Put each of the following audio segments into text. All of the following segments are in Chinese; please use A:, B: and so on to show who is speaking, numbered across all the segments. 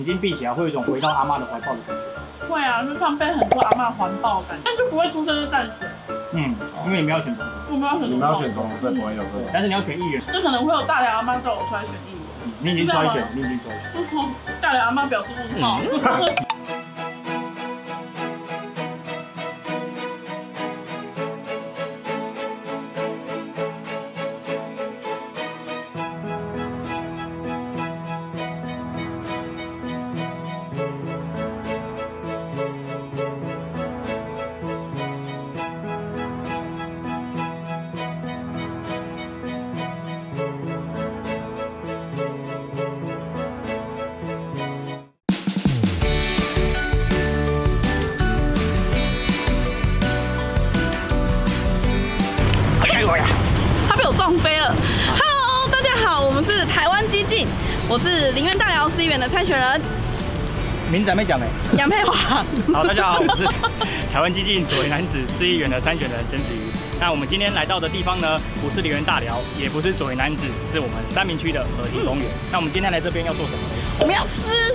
A: 眼睛闭起来，会有一种回到阿妈的怀抱的感觉。
B: 会啊，就像被很多阿嬷环抱感，但就不会出生就淡水。
A: 嗯，因为你们要选总统，
B: 我没有很
C: 你
B: 多。
C: 们要选总统，所以不会有这
D: 啊
A: 对
C: 种。
A: 但是你要选议员，
B: 就可能会有大连阿妈叫我出来选议员。
A: 嗯你已经筛选，
D: 啊
A: 你已经筛选。
B: 嗯大连阿妈表示问号。他被我撞飞了。Hello，大家好，我们是台湾激进，我是林园大寮 C 园的参选人
A: 名字还没讲呢。
B: 杨佩华。
D: 好，大家好，我是台湾激进左为男子市议员的参选人曾子瑜。那我们今天来到的地方呢，不是梨园大寮，也不是左为男子，是我们三明区的河堤公园。那我们今天来这边要做什么呢？
B: 我们要吃，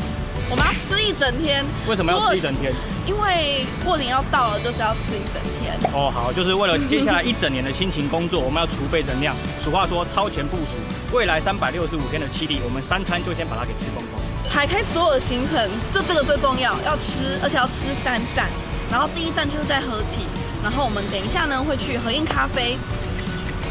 B: 我们要吃一整天。
D: 为什么要吃一整天？
B: 因为过年要到了，就是要吃一整天。
D: 哦，好，就是为了接下来一整年的辛勤工作，我们要储备能量。俗话说，超前部署，未来三百六十五天的七力，我们三餐就先把它给吃光光。
B: 排开所有的行程，就这个最重要，要吃，而且要吃三站。然后第一站就是在合体，然后我们等一下呢会去合印咖啡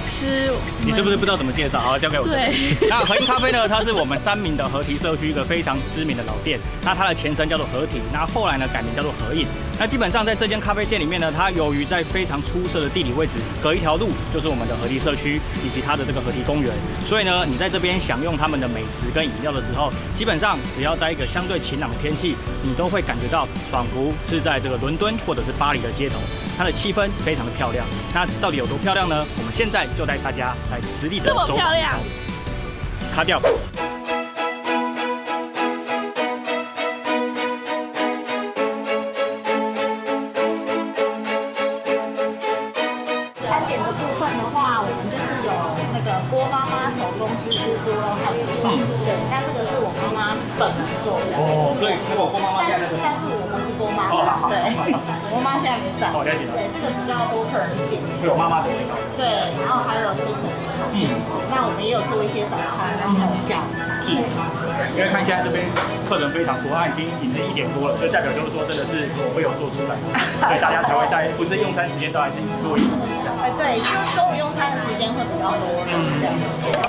B: 吃。
D: 你是不是不知道怎么介绍？好，交给我。
B: 对，
D: 那合一咖啡呢？它是我们三明的合体社区一个非常知名的老店。那它的前身叫做合体，那后来呢改名叫做合印。那基本上在这间咖啡店里面呢，它由于在非常出色的地理位置，隔一条路就是我们的合体社区以及它的这个合体公园。所以呢，你在这边享用他们的美食跟饮料的时候，基本上只要在一个相对晴朗的天气，你都会感觉到仿佛是在这个伦敦或者是巴黎的街头。它的气氛非常的漂亮。那到底有多漂亮呢？我们现在就带大家来实地的
B: 这么
D: 走
B: 漂亮。
D: 卡掉。
E: 餐点的部分的话，我们就是有那个郭妈妈手工织蜘蛛肉，还有
D: 嗯
E: 对，但这个是我妈妈本人做的。
D: 哦，所以那个郭妈妈
E: 但
D: 现在
E: 是
D: 那个
E: 但是我们是郭妈
D: 哦好好
E: 妈，对，我妈现在没在。
D: 哦了解了
E: 对，这个比较多客人点。
D: 会有妈妈的味道。
E: 对，然后还有金门的肉。
D: 嗯，
E: 那我们也有做一些早餐，然后还有下午茶。
D: 是，因为看现在这边客人非常多，他已经已经一点多了，所以代表就是说真的是我会有做出来，所以大家才会在不是用餐时间，当然是一直做一直这样。
E: 哎，对，中午用餐的时间会比较多。
D: 嗯
E: 这样子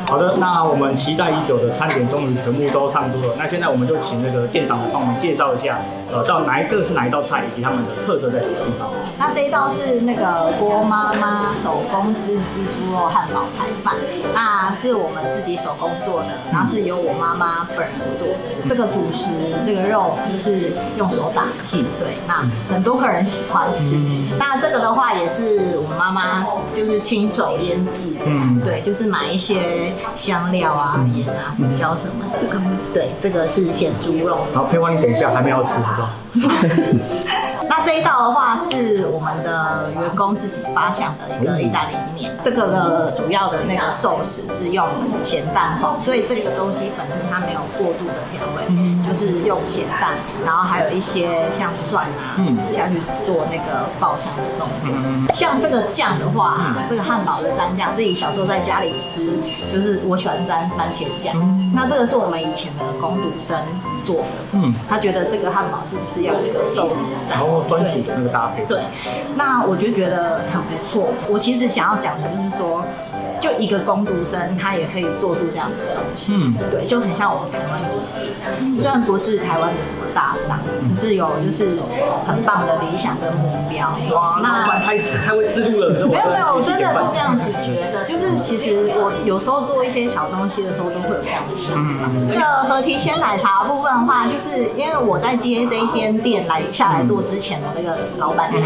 A: 好的，那我们期待已久的餐点终于全部都上桌了。那现在我们就请那个店长来帮我们介绍一下，呃，到哪一个是哪一道菜，以及他们的特色在什么地方。
E: 那这一道是那个郭妈妈手工织蜘蛛肉汉堡排饭，那是我们自己手工做的，然后是由我妈妈本人做的。这个主食，这个肉就是用手打，
A: 是
E: 对，那很多客人喜欢吃。那这个的话也是我妈妈就是亲手腌制的，
A: 嗯
E: 对，就是买一些香料啊、盐啊、胡椒什么的。对，这个是咸猪肉。
A: 好，佩花，你等一下，还没有吃，好不好？
E: 那这一道的话是我们的员工自己发想的一个意大利面，这个的主要的那个寿司是用我们的咸蛋黄，所以这个东西本身它没有过度的调味，就是用咸蛋，然后还有一些像蒜啊
A: 嗯
E: 下去做那个爆香的动作。像这个酱的话，
A: 嗯
E: 这个汉堡的蘸酱，自己小时候在家里吃，就是我喜欢蘸番茄酱。那这个是我们以前的工读生做的，
A: 嗯
E: 他觉得这个汉堡是不是要有一个寿司蘸？
A: 然后专属的那个搭配。
E: 对，那我就觉得很不错。我其实想要讲的就是说，就一个工读生，他也可以做出这样的东西，
A: 嗯
E: 对，就很像我们台湾姐姐，虽然不是台湾的什么大商，可是有就是很棒的理想跟目标。
A: 哇，老板太太会自律了。
E: 没有没有，我真的是啊这样子
A: 子。
E: 觉得，就是其实我有时候做一些小东西的时候，都会有这样的想法。那个合体鲜奶茶的部分的话，就是因为我在接这一间店来下来做之前的那个嗯老板娘，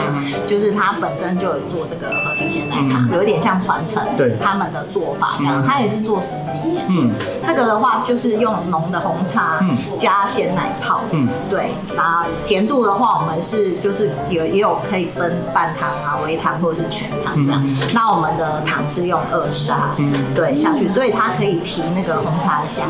E: 就是她本身就有做这个合体鲜奶茶，有一点像传承
A: 对
E: 他们们的做法这样，他也是做十几年。
D: 嗯，
E: 这个的话就是用浓的红茶
D: 嗯
E: 加鲜奶泡，
D: 嗯
E: 对。那甜度的话，我们是就是有也有可以分半糖啊、微糖或者是全糖这样。
D: 嗯
E: 那我们的糖是用二砂，
D: 嗯
E: 对下去，所以它可以提那个红茶的香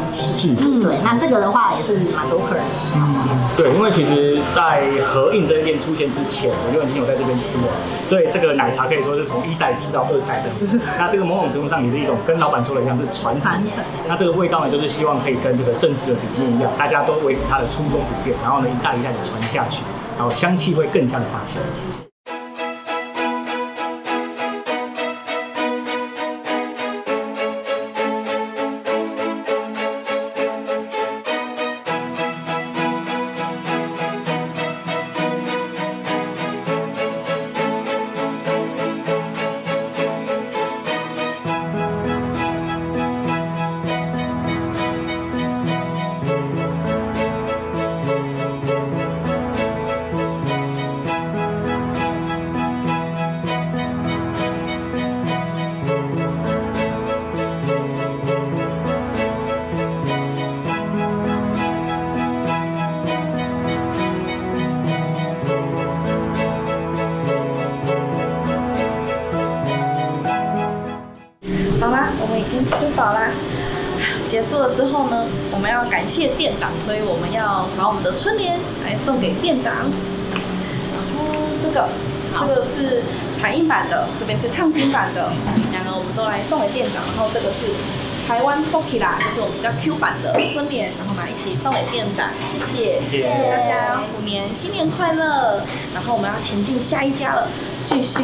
D: 是
E: 气，对。那这个的话也是蛮多客人喜欢的。
A: 对，因为其实，在合印这一店出现之前，我就已经有在这边吃了，所以这个奶茶可以说是从一代吃到二代的。那这个某种程度上也是一种跟老板说的一样，是传承
E: 传。承
A: 那这个味道呢，就是希望可以跟这个政治的理念一样，大家都维持它的初衷不变，然后呢一代一代的传下去，然后香气会更加的发酵。
B: 好啦，我们已经吃饱啦。结束了之后呢，我们要感谢店长，所以我们要把我们的春联来送给店长。然后这个，这个是彩印版的，这边是烫金版的，两个我们都来送给店长。然后这个是台湾 b o k i l a 就是我们比较 Q 版的春联，然后我们一起送给店长，谢谢，
A: 谢谢
B: 大家虎年新年快乐。然后我们要前进下一家了，继续吃。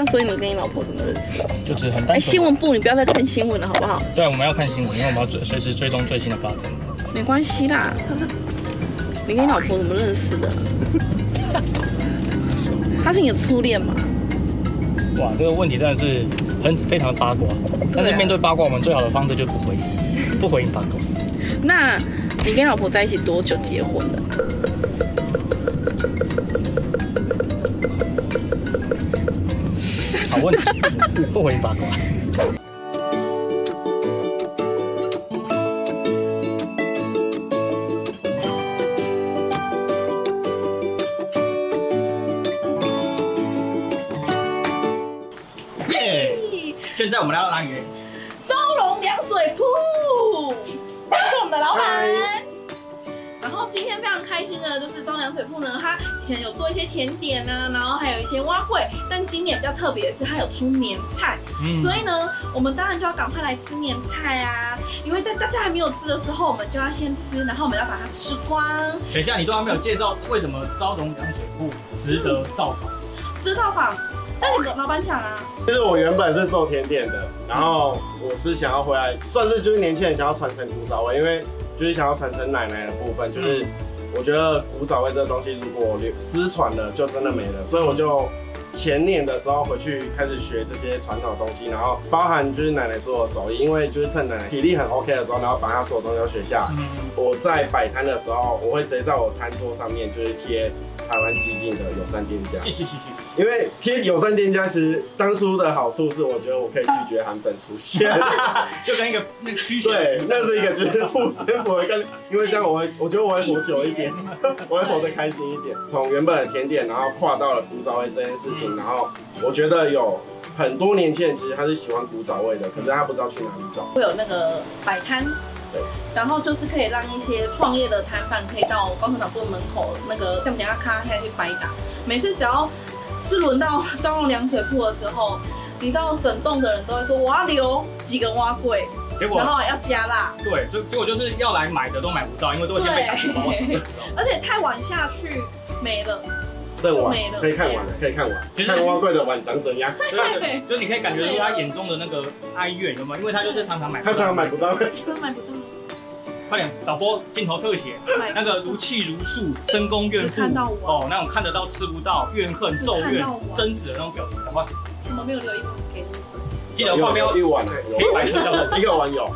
B: 那所以你跟你老婆怎么认识的？
D: 就只是很单
B: 哎、
D: 纯。
B: 新闻部，你不要再看新闻了，好不好？
D: 对，我们要看新闻，因为我们要追随时追踪最新的发展。
B: 没关系啦。你跟你老婆怎么认识的？ 她是你的初恋吗？
D: 哇，这个问题真的是很非常的八卦，
B: 啊
D: 但是面对八卦，我们最好的方式就是不回应，不回应八卦。
B: 那你跟你老婆在一起多久结婚的？
D: 好问题，不回应八卦。现在我们来到哪里？
B: 周荣凉水铺，他是我们的老板。然后今天非常开心的，就是周荣凉水铺呢，它以前有做一些甜点啊，然后还有一些蛙会，但今年比较特别的是，它有出年菜。
D: 嗯
B: 所以呢，我们当然就要赶快来吃年菜啊，因为在大家还没有吃的时候，我们就要先吃，然后我们要把它吃光。
D: 等一下，你都还没有介绍为什么招荣凉水库值得造访。
B: 知道吧？但你老板讲啊，
C: 其实我原本是做甜点的，然后我是想要回来，算是就是年轻人想要传承古早味，因为就是想要传承奶奶的部分，就是我觉得古早味这个东西如果流失传了，就真的没了，所以我就前年的时候回去开始学这些传统的东西，然后包含就是奶奶做的手艺，因为就是趁奶奶体力很 OK 的时候，然后把她所有东西都学下来。
D: 嗯，
C: 我在摆摊的时候，我会直接在我摊桌上面就是贴台湾激进的友善店家。
D: 继续继续。
C: 因为贴友善店家，其实当初的好处是，我觉得我可以拒绝韩粉出现。
D: 就跟一个那个虚
C: 对，那是一个就是护身符的概念，因为这样我会，我觉得我会活久一点，我会活得开心一点。从原本的甜点，然后跨到了古早味这件事情，然后我觉得有很多年轻人其实他是喜欢古早味的，可是他不知道去哪里找。
B: 会有那个摆摊
C: 对，
B: 然后就是可以让一些创业的摊贩可以到高雄岛部门口那个像阿咖下去摆档。每次只要是轮到张龙凉水铺的时候，你知道整栋的人都会说我要留几个蛙柜，
D: 结果
B: 然后要加辣，
D: 对，就结果就是要来买的都买不到，因为都会先被打包完的时候。
B: 而且太晚下去没了。
C: 剩碗
B: 就没了
C: 可以看完了，可以看完，
D: 其实
C: 看蛙贵的碗长怎样，
D: 对对，就你可以感觉出他眼中的那个哀怨，有没有？因为他就是常常买，
C: 他常常买不到。
B: 都买不到，
D: 快点，导播镜头特写，
B: 买
D: 那个如泣如诉、深宫怨妇，
B: 只看到我
D: 哦，那种看得到、吃不到、怨恨、咒
B: 只看
D: 怨
B: 到我、
D: 争执的那种表情，赶快
B: 怎么没有留一个给你？
D: 记得画面要哦
C: 有一碗啊，
D: 对，可以
C: 有
D: 摆脱掉。
C: 一个碗有。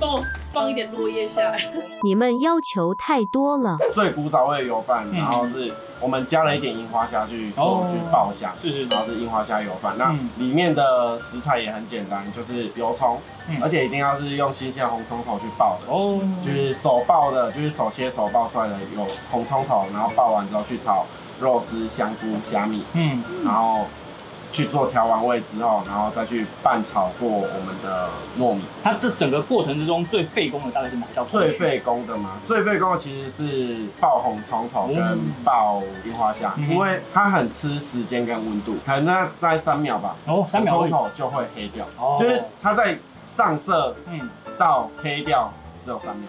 B: 帮我
A: 放一点落叶下来。
F: 你们要求太多了。
C: 最古早味的油饭，然后是我们加了一点樱花虾去做
D: 嗯哦
C: 去爆香，
D: 是是是
C: 然后是樱花虾油饭。那
D: 嗯
C: 里面的食材也很简单，就是油葱
D: 嗯，
C: 而且一定要是用新鲜红葱头去爆的，
D: 哦，
C: 就是手爆的，就是手切手爆出来的有红葱头，然后爆完之后去炒肉丝、香菇、虾米，
D: 嗯，
C: 然后去做调完味之后，然后再去拌炒过我们的糯米。
D: 它这整个过程之中最费工的大概是哪一道工
C: 最
D: 序？
C: 费工的吗？最费工的其实是爆红葱头跟爆樱花虾，
D: 嗯
C: 因为它很吃时间跟温度，可能那大概三秒吧，
D: 哦，三秒而
C: 红葱
D: 已。
C: 头就会黑掉，
D: 哦
C: 就是它在上色
D: 嗯，
C: 到黑掉只有三秒，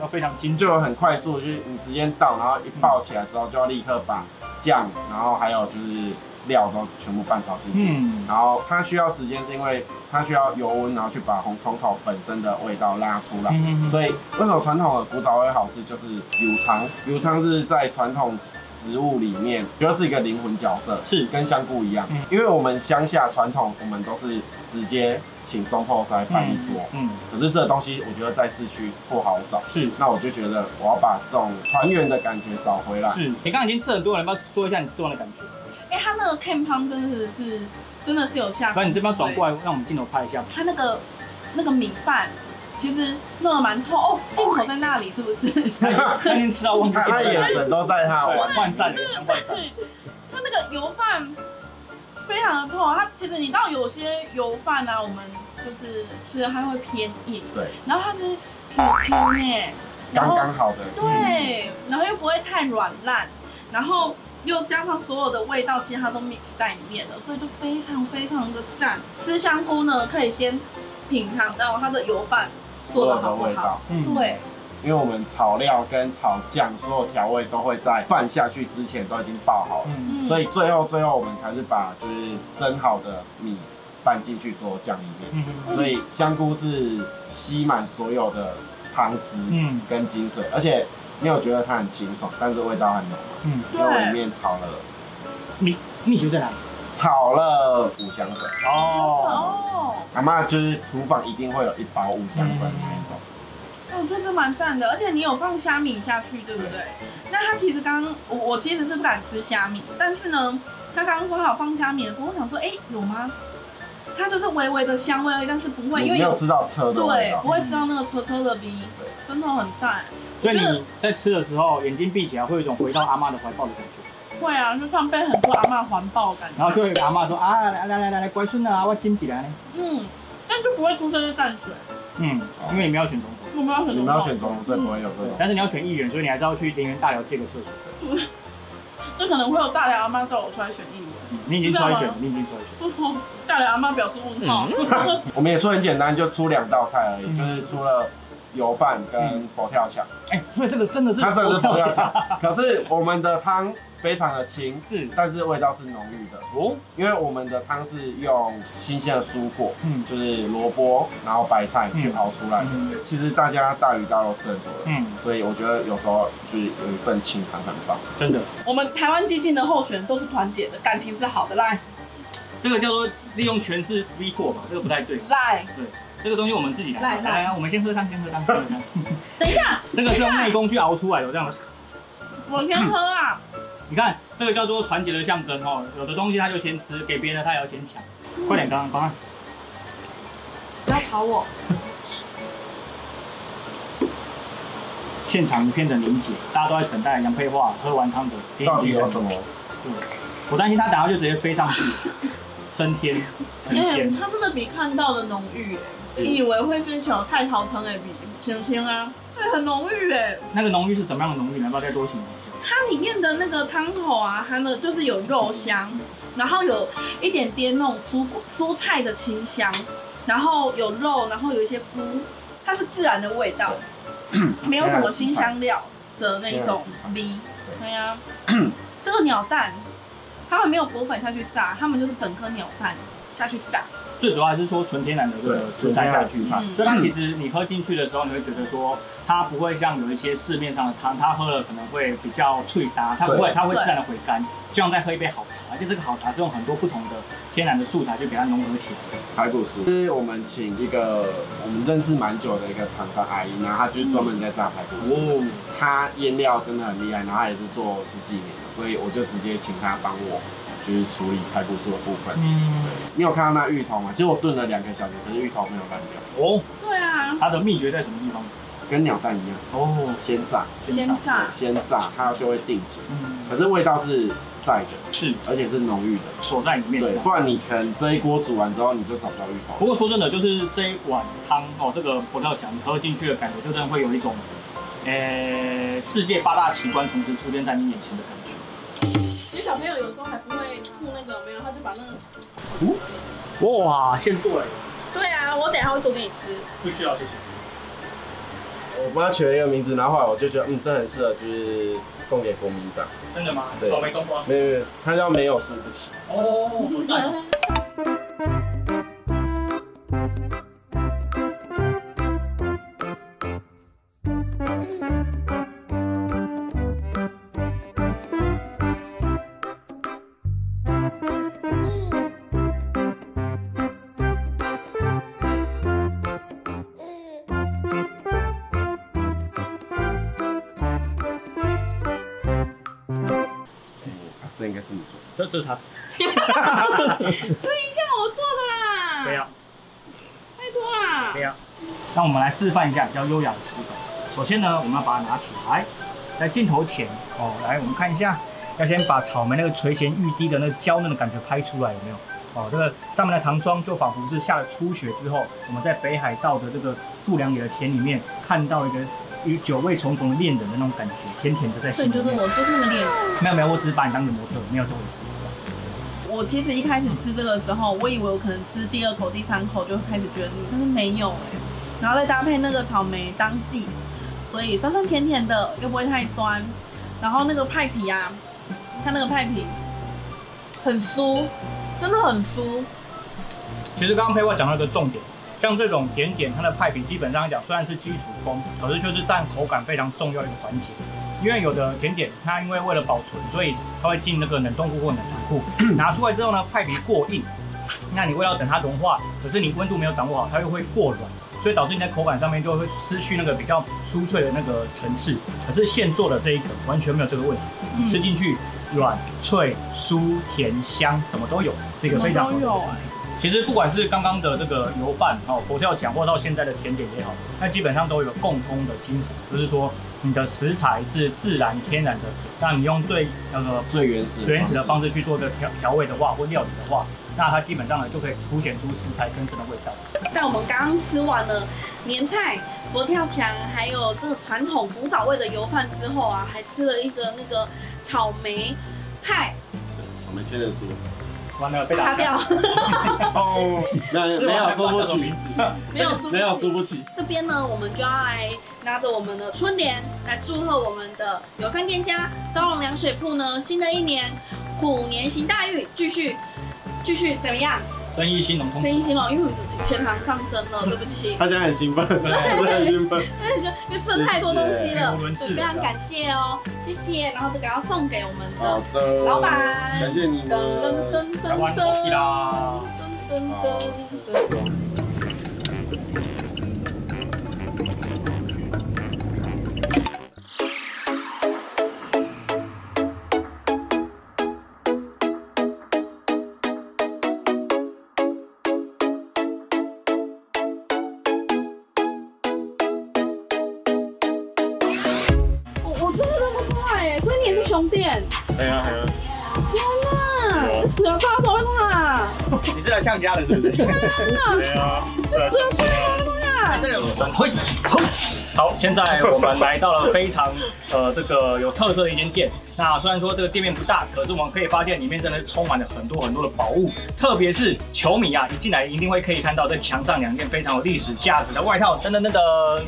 D: 要非常精
C: 就
D: 准。
C: 有很快速，就是你时间到，然后一爆起来之后就要立刻把酱，然后还有就是料都全部拌炒进去。
D: 嗯，
C: 然后它需要时间，是因为它需要油温，然后去把红葱头本身的味道拉出来。
D: 嗯嗯嗯
C: 所以为什么传统的古早味好吃，就是油肠，油肠是在传统食物里面，主要是一个灵魂角色，
D: 是
C: 跟香菇一样。
D: 嗯
C: 因为我们乡下传统，我们都是直接请中破塞办一桌，
D: 嗯，
C: 可是这个东西我觉得在市区不好找。
D: 是
C: 那我就觉得我要把这种团圆的感觉找回来。
D: 是。你刚刚已经吃很多了，要不要说一下你吃完的感觉？
A: 哎、它那个 c a m 汤真的是真的是有下，
D: 不然你这边转过来，让我们镜头拍一下。
A: 它那个那个米饭其实弄得蛮透哦，镜头在那里是不是？
D: 他已经他已经吃到忘记
C: 他
D: 镜
C: 他
D: 头
C: 眼神都在他玩
D: 对，涣散了，涣散了。
A: 它那个油饭非常的透，它其实你知道有些油饭啊，我们就是吃了它会偏硬，
C: 对，
A: 然后它是 Q Q 呢，然
C: 刚
A: 后
C: 刚好的。
A: 对，然后又不会太软烂，然后又加上所有的味道，其实它都 mix 在里面了，所以就非常非常的赞。吃香菇呢，可以先品尝到它的油饭做的
C: 所有的
A: 好不
C: 味
A: 好
C: 道。，
D: 嗯，
A: 对，
C: 因为我们炒料跟炒酱所有调味都会在饭下去之前都已经爆好了，
D: 嗯，
A: 嗯
C: 所以最后最后我们才是把就是蒸好的米拌进去所有酱里面，
D: 嗯嗯
C: 所以香菇是吸满所有的汤汁
D: 嗯
C: 跟精髓，而且你有觉得它很清爽，但是味道很浓，
D: 嗯，
C: 因为我里
A: 对
C: 面炒了
D: 你秘诀在哪里？
C: 炒了五香粉，
D: 哦，
A: 哦，
C: 阿妈就是厨房一定会有一包五香粉的那一种。
A: 那我觉得哦这蛮赞的，而且你有放虾米下去，对不对？那它其实刚刚我我其实是不敢吃虾米，但是呢，他刚刚说他有放虾米的时候，我想说，哎，有吗？它就是微微的香味而已，但是不会，
C: 你
A: 因为
C: 没有吃到车的味
A: 对，
C: 道
A: 不，会吃到那个车车的逼，真的很赞。
D: 所以你在吃的时候，眼睛闭起来，会有一种回到阿妈的怀抱的感觉，
A: 会啊，就放被很多阿嬷环抱的感觉。
D: 然后就会有阿妈说啊，来来来来来，乖孙啊，我经济来呢。
A: 嗯，但就不会出这些淡水，
D: 嗯，因为你们要选总统，
A: 我们嗯要选
C: 你
A: 什
C: 们
A: 么
C: 要选总统，所以不会有这
D: 对
C: 种，。
D: 但是你要选议员，所以你还是要去林园大寮借个厕所。
A: 就可能会有大寮阿嬷叫我出来选议员。
D: 嗯你已经挑一选，你已经挑一选。
A: 大寮阿嬷表示问号。
C: 我们也说很简单，就出两道菜而已，
D: 嗯
C: 就是除了油饭跟佛跳墙，
D: 哎，所以这个真 的是
C: 它这个是佛跳 墙，可是我们的汤非常的清，
D: 是
C: 但是味道是浓郁的，
D: 哦，
C: 因为我们的汤是用新鲜的蔬果，
D: 嗯
C: 就是萝卜，然后白菜去熬出来的。
D: 嗯
C: 其实大家大鱼大肉吃很多了，
D: 嗯，
C: 所以我觉得有时候就是有一份清汤很棒。
D: 真的，
A: 我们台湾激进的候选人都是团结的，感情是好的。来
D: 这个叫做利用权势逼迫嘛，这个不太对。
A: 来，
D: 这个东西我们自己来。
A: 来来
D: 来，我们先喝汤，先喝汤，先喝汤。
A: 等一下，
D: 这个是用内功去熬出来的，这样的。啊
A: 我先喝啊。
D: 你看，这个叫做团结的象征哦。有的东西他就先吃，给别人的他也要先抢。快点，刚刚刚
A: 不要吵我。
D: 现场一片的凝结，大家都在等待杨佩桦喝完汤的第一
C: 到底
D: 句
C: 有什么？
D: 我担心他等下就直接飞上去，升天成仙。
A: 它哎真的比看到的浓郁耶，以为会是小菜桃藤诶，比青青啊，对，很浓郁哎。
D: 那个浓郁是怎么样的浓郁？你要不要再多形容一下？
A: 它里面的那个汤头啊，它那个就是有肉香，然后有一点点那种蔬果蔬菜的清香，然后有肉，然后有一些菇，它是自然的味道，没有什么新香料的那一种味。对啊呀、这个鸟蛋，他们没有裹粉下去炸，他们就是整颗鸟蛋下去炸，嗯
D: 最主要还是说纯天然的这个
A: 对
D: 食材下去
A: 纯天
B: 然的食材，
D: 所以它其实你喝进去的时候，你会觉得说它不会像有一些市面上的汤，它喝了可能会比较脆搭，它不会，
A: 对
D: 它会自然的回甘，就像在喝一杯好茶，而且这个好茶是用很多不同的天然的素材去给它融合起来的。
C: 排骨酥是我们请一个我们认识蛮久的一个厂商阿姨，然后她就是专门在炸排骨酥。
D: 哦，
C: 他腌料真的很厉害，然后他也是做十几年了，所以我就直接请他帮我就是处理排骨酥的部分。
D: 嗯，
C: 你有看到那芋头吗？其实我炖了两个小时，可是芋头没有烂掉，
D: 哦，
B: 对啊，
D: 它的秘诀在什么地方？
C: 跟鸟蛋一样，
D: 哦，
C: 先炸，
B: 鲜榨，
C: 先炸，它就会定型。
D: 嗯，
C: 可是味道是在的，
D: 是
C: 而且是浓郁的，
D: 锁在里面的
C: 对，。不然你可能这一锅煮完之后你就找不到芋
D: 不
C: 头。
D: 过说真的，就是这一碗汤哦，这个佛跳墙你喝进去的感觉，就真的会有一种，呃，世界八大奇观同时出现在你眼前的感觉。
B: 其实小朋友有时候还不会吐那个，没有，他就把那个，
D: 哇，现做了，
B: 对啊，我等一下会做给你吃。
D: 不需要谢谢。
C: 我帮他取了一个名字，然后后来我就觉得，嗯，这很适合就是送给国民党。
D: 真的吗？
C: 对
D: 草莓冬瓜丝。
C: 没有没有，他叫没有输不起。
D: 哦，好赞哦
C: 啊这应该是你做的。
D: 这这是它。
B: 吃一下我做的啦，
D: 对呀，
B: 太多啦
D: 对。呀。那我们来示范一下比较优雅的吃法。首先呢，我们要把它拿起来，在镜头前哦，来我们看一下，要先把草莓那个垂涎欲滴的那个娇嫩的感觉拍出来，有没有？哦，这个上面的糖霜就仿佛是下了初雪之后，我们在北海道的这个富良野的田里面看到一个与久味重逢的恋人的那种感觉，甜甜的在
B: 所
D: 心
B: 以
D: 里
B: 你就是
D: 面。
B: 我就是那个恋人。
D: 没有没有，我只是把你当个模特，没有这回事。
B: 我其实一开始吃这个的时候，我以为我可能吃第二口、第三口就开始觉得腻，但是没有哎、然后再搭配那个草莓当季，所以酸酸甜甜的，又不会太酸。然后那个派皮啊，它那个派皮很酥，真的很酥，
D: 其实刚刚佩沃讲到一个重点，像这种点点，它的派皮基本上来讲虽然是基础风，可是就是占口感非常重要的一个环节。因为有的甜点，它因为为了保存，所以它会进那个冷冻库或冷藏 库，拿出来之后呢，派皮过硬，那你为了等它融化，可是你温度没有掌握好，它又会过软，所以导致你在口感上面就会失去那个比较酥脆的那个层次。可是现做的这一个完全没有这个问题，
B: 嗯
D: 你吃进去软、脆、酥、甜、香，什么都有，是一个非常好
B: 什
D: 的
B: 么
D: 一
B: 都
D: 个
B: 有
D: 产品
B: 哎、
D: 其实不管是刚刚的这个油饭哦，佛跳墙，或到现在的甜点也好，那基本上都有个共通的精神，就是说你的食材是自然天然的，那你用最呃那个
C: 最原始
D: 原始的方
C: 式。
D: 式去做这个调调味的话，或料理的话，那它基本上呢就可以凸显出食材真正的味道。
B: 在我们刚刚吃完了年菜、佛跳墙，还有这个传统古早味的油饭之后啊，还吃了一个那个草莓派，
C: 我们千人酥。
D: 完了被打
B: 擦掉，
C: 哦，没有没有输不起，
B: 没有说
C: 没有输不起。
B: 这边呢，我们就要来拿着我们的春联来祝贺我们的友善店家招荣凉水铺呢，新的一年虎年行大运，继续继续怎么样？
D: 生意兴隆通
B: 生意兴隆，哦因为我们全行上升了，对不起，
C: 他现在很兴奋，
D: 对
C: 我很兴奋。
B: 但 是就因为吃了太多东西了
D: 语无伦，次
B: 对，非常感谢哦，谢谢。然后这个要送给我们
C: 好
B: 的
C: 的，
B: 老板，
C: 感谢你
B: 噔噔
C: 们。
B: 噔
D: 台
B: 噔
D: 湾
B: 噔
D: 狗屁啦
B: 噔噔噔噔。我我真的那么快耶，所以你也是熊店？
C: 哎呀哎呀，
B: 天哪，死了大头啦！
D: 你是来呛家的，是不是？
B: 真的，死了大头啦！
D: 这里有酸嘿，好好，现在我们来到了非常呃这个有特色的一间店。那虽然说这个店面不大，可是我们可以发现里面真的是充满了很多很多的宝物，特别是球迷啊，一进来一定会可以看到在墙上两件非常有历史价值的外套，噔噔噔噔。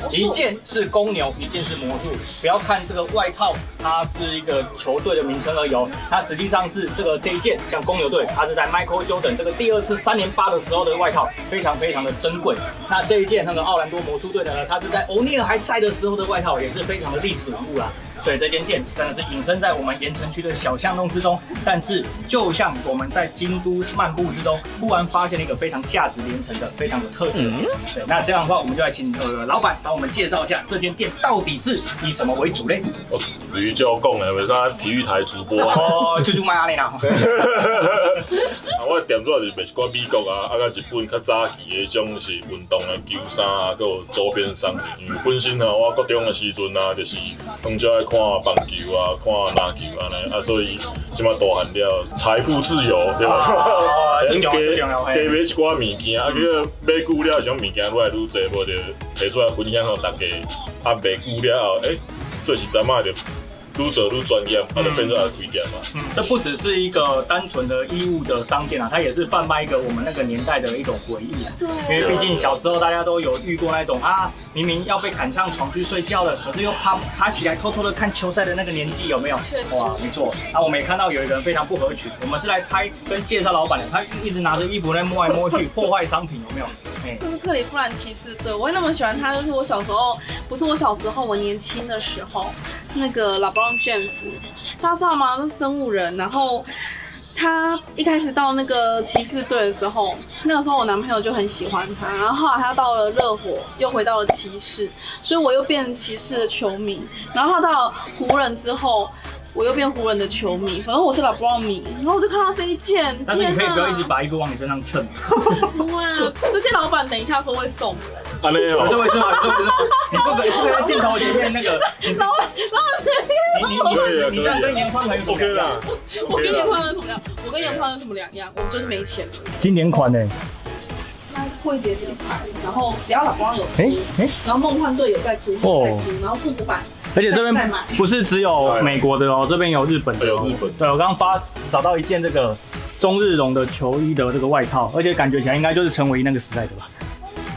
B: 魔术
D: 一件是公牛，一件是魔术。不要看这个外套，它是一个球队的名称而已哦，它实际上是这个这一件，像公牛队，它是在 Michael Jordan 这个第二次三连霸的时候的外套，非常非常的珍贵。那这一件那个奥兰多魔术队的呢，它是在欧尼尔还在的时候的外哦套，也是非常的历史文物啦、所以这间店真的是隐身在我们盐城区的小巷弄之中。但是，就像我们在京都漫步之中，忽然发现了一个非常价值连城的、非常有特色的店。对，那这样的话，我们就来请呃老板帮我们介绍一下这间店到底是以什么为主嘞？
G: 哦子瑜就供了，我说体育台主播，
D: 哦，就就卖阿丽娜。
G: 啊，我的店主要就是卖一寡美国啊，啊甲日本较早期迄种是运动的球衫啊，还有周边商品。因为本身啊，我高中的时阵啊，就是拢只爱看棒球啊、看篮球安尼，啊，所以即马大汉了，财富自由对吧
D: 哦？
G: 咱
D: 这
G: 加
D: 重要这重要嘿
G: 加买一寡物件，啊，叫买久了，种物件愈来愈侪，无就摕出来分享互大家。啊，卖久了后，诶，做一阵仔就愈做愈专业，啊，就变做来开店嘛。
D: 嗯这不只是一个单纯的衣物的商店啊，它也是贩卖一个我们那个年代的一种回忆啊。因为毕竟小时候大家都有遇过那种啊，明明要被赶上床去睡觉了，可是又爬爬起来偷偷的看球赛的那个年纪有没有
B: 确？实
D: 哇，没错。那、我们也看到有一个人非常不合群，我们是来拍跟介绍老板的，他一直拿着衣服在摸来摸去，破坏商品有没有？哎、
B: 这是克里夫兰骑士队，我会那么喜欢他，就是我小时候，不是我小时候，我年轻的时候，那个 LeBron James，大家知道吗？那生物人，然后他一开始到那个骑士队的时候，那个时候我男朋友就很喜欢他，然后后来他到了热火，又回到了骑士，所以我又变成骑士的球迷，然后他到了湖人之后。我又变湖人的球迷，反正我是 LeBron 迷，然后我就看到这一件，
D: 但是你可以
B: 天哪
D: 不要一直把衣服往你身上蹭，
B: 哇，这件老板等一下说会送我。
G: 安尼哦
D: 这。位是吗？这位是吗？你不可以不可以在镜头前面那个，你
B: 老板，老板，
D: 你
G: 啊
D: 你你这样跟严宽很有什么
G: OK 啦
B: 我跟
G: ，OK
B: 严
G: 啦，
B: 宽有什么两？我跟严宽有什么两样？我们就是没钱。
D: 经典款呢、
B: 那会点点牌，然后只要老光有
D: 哎、哎、
B: 然后梦幻队有在出，
D: 哦
B: 在出，然后复古版，
D: 而且这
B: 再
D: 边
B: 买
D: 不是只有美国的哦，这边有日本的、哦。
G: 还有日本
D: 对，我刚刚发找到一件这个中日龙的球衣的这个外套，而且感觉起来应该就是陈伟霆那个时代的吧，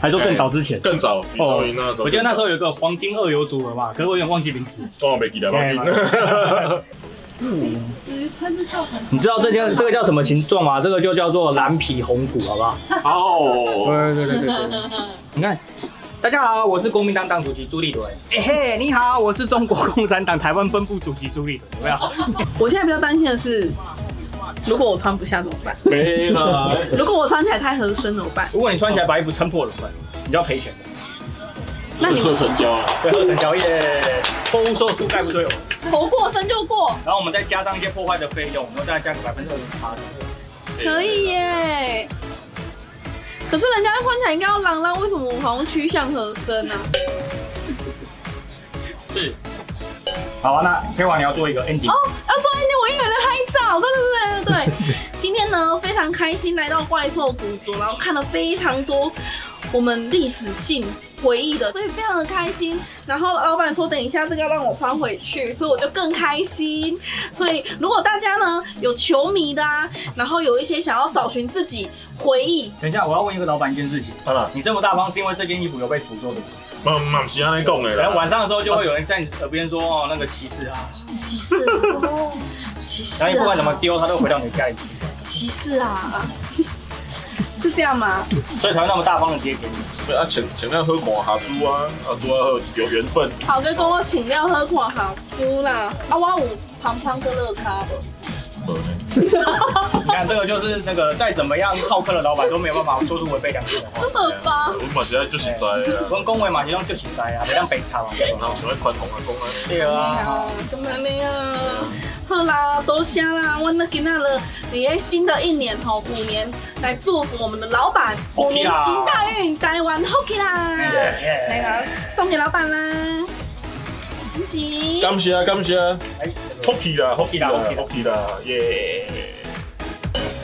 D: 还说更早之前。
G: 更早，比周云那时候，
D: 我记得那时候有一个黄金二游组了嘛，可是我有点忘记名字。
G: 刚好没记
D: 哦
G: 得，忘记 了
D: 你知道这叫这个叫什么形状吗？这个就叫做蓝皮红虎，好不好？
G: 哦，
D: 对对对对对。你看，大家好，我是国民党党主席朱立伦。哎、嘿，你好，我是中国共产党台湾分部主席朱立伦，有没有？
B: 我现在比较担心的是，如果我穿不下怎么办？
G: 没啦，
B: 如果我穿起来太合身怎么办？
D: 如果你穿起来把衣服撑破了，你就要赔钱的。
B: 那你
G: 特
B: 们
G: 成交啊，
D: 对，合成交易，货物售出概不对我。
B: 头过身就过，
D: 然后我们再加上一些破坏的费用，我们再加个百分之二十八。
B: 可以耶。可是人家穿起来应该要朗朗，为什么我好像趋向合身啊呢、
D: 是。好啊，那黑娃你要做一个 ending，、
B: 哦，要做一点，我一个人拍照，对对对对对。今天呢，非常开心来到怪兽古着，然后看了非常多我们历史性回忆的，所以非常的开心。然后老板说，等一下这个要让我穿回去，所以我就更开心。所以如果大家呢有球迷的啊，然后有一些想要找寻自己回忆，
D: 等一下，我要问一个老板一件事情。
G: 好啦，
D: 你这么大方是因为这件衣服有被诅咒的吗，
G: 嘛嘛不是安尼讲的
D: 然后
G: 啦，
D: 晚上的时候就会有人在你耳边说哦那个骑士啊，
B: 骑士，骑士
D: 然后你不管怎
B: 啊，
D: 么丢，他都回到你家里去，
B: 骑士啊， 是这样吗？
D: 所以才会那么大方的贴给你。
G: 啊前前两喝看下书啊，啊多喝有缘分，
B: 好，就跟我请料喝款哈苏啦，啊，我有胖胖跟乐咖不？
G: 无呢，
D: 你看这个就是那个再怎么样好客的老板都没有办法说出违背良心的话。
B: 乐吧，
G: 啊我嘛是爱就是在的啊，
D: 文工委嘛，其中就是在啊，袂当白抄啊。
G: 然后想要宽宏啊讲啊，
D: 对啊，
B: 干嘛呢啊？好啦，多谢啦，我那给那了，你在新的一年吼，虎年来祝福我们的老板，虎年行大运，台湾 OK 啦，
D: 哎
B: 来啊，送给老板啦，恭喜！
G: 感谢啊感谢啊，
D: 哎，
G: 福气啦福气啦
D: Hockey 啦
G: 福气啦，耶。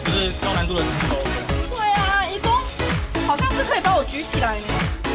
D: 就是高难度的。
B: 对啊，一公好像是可以把我举起来呢，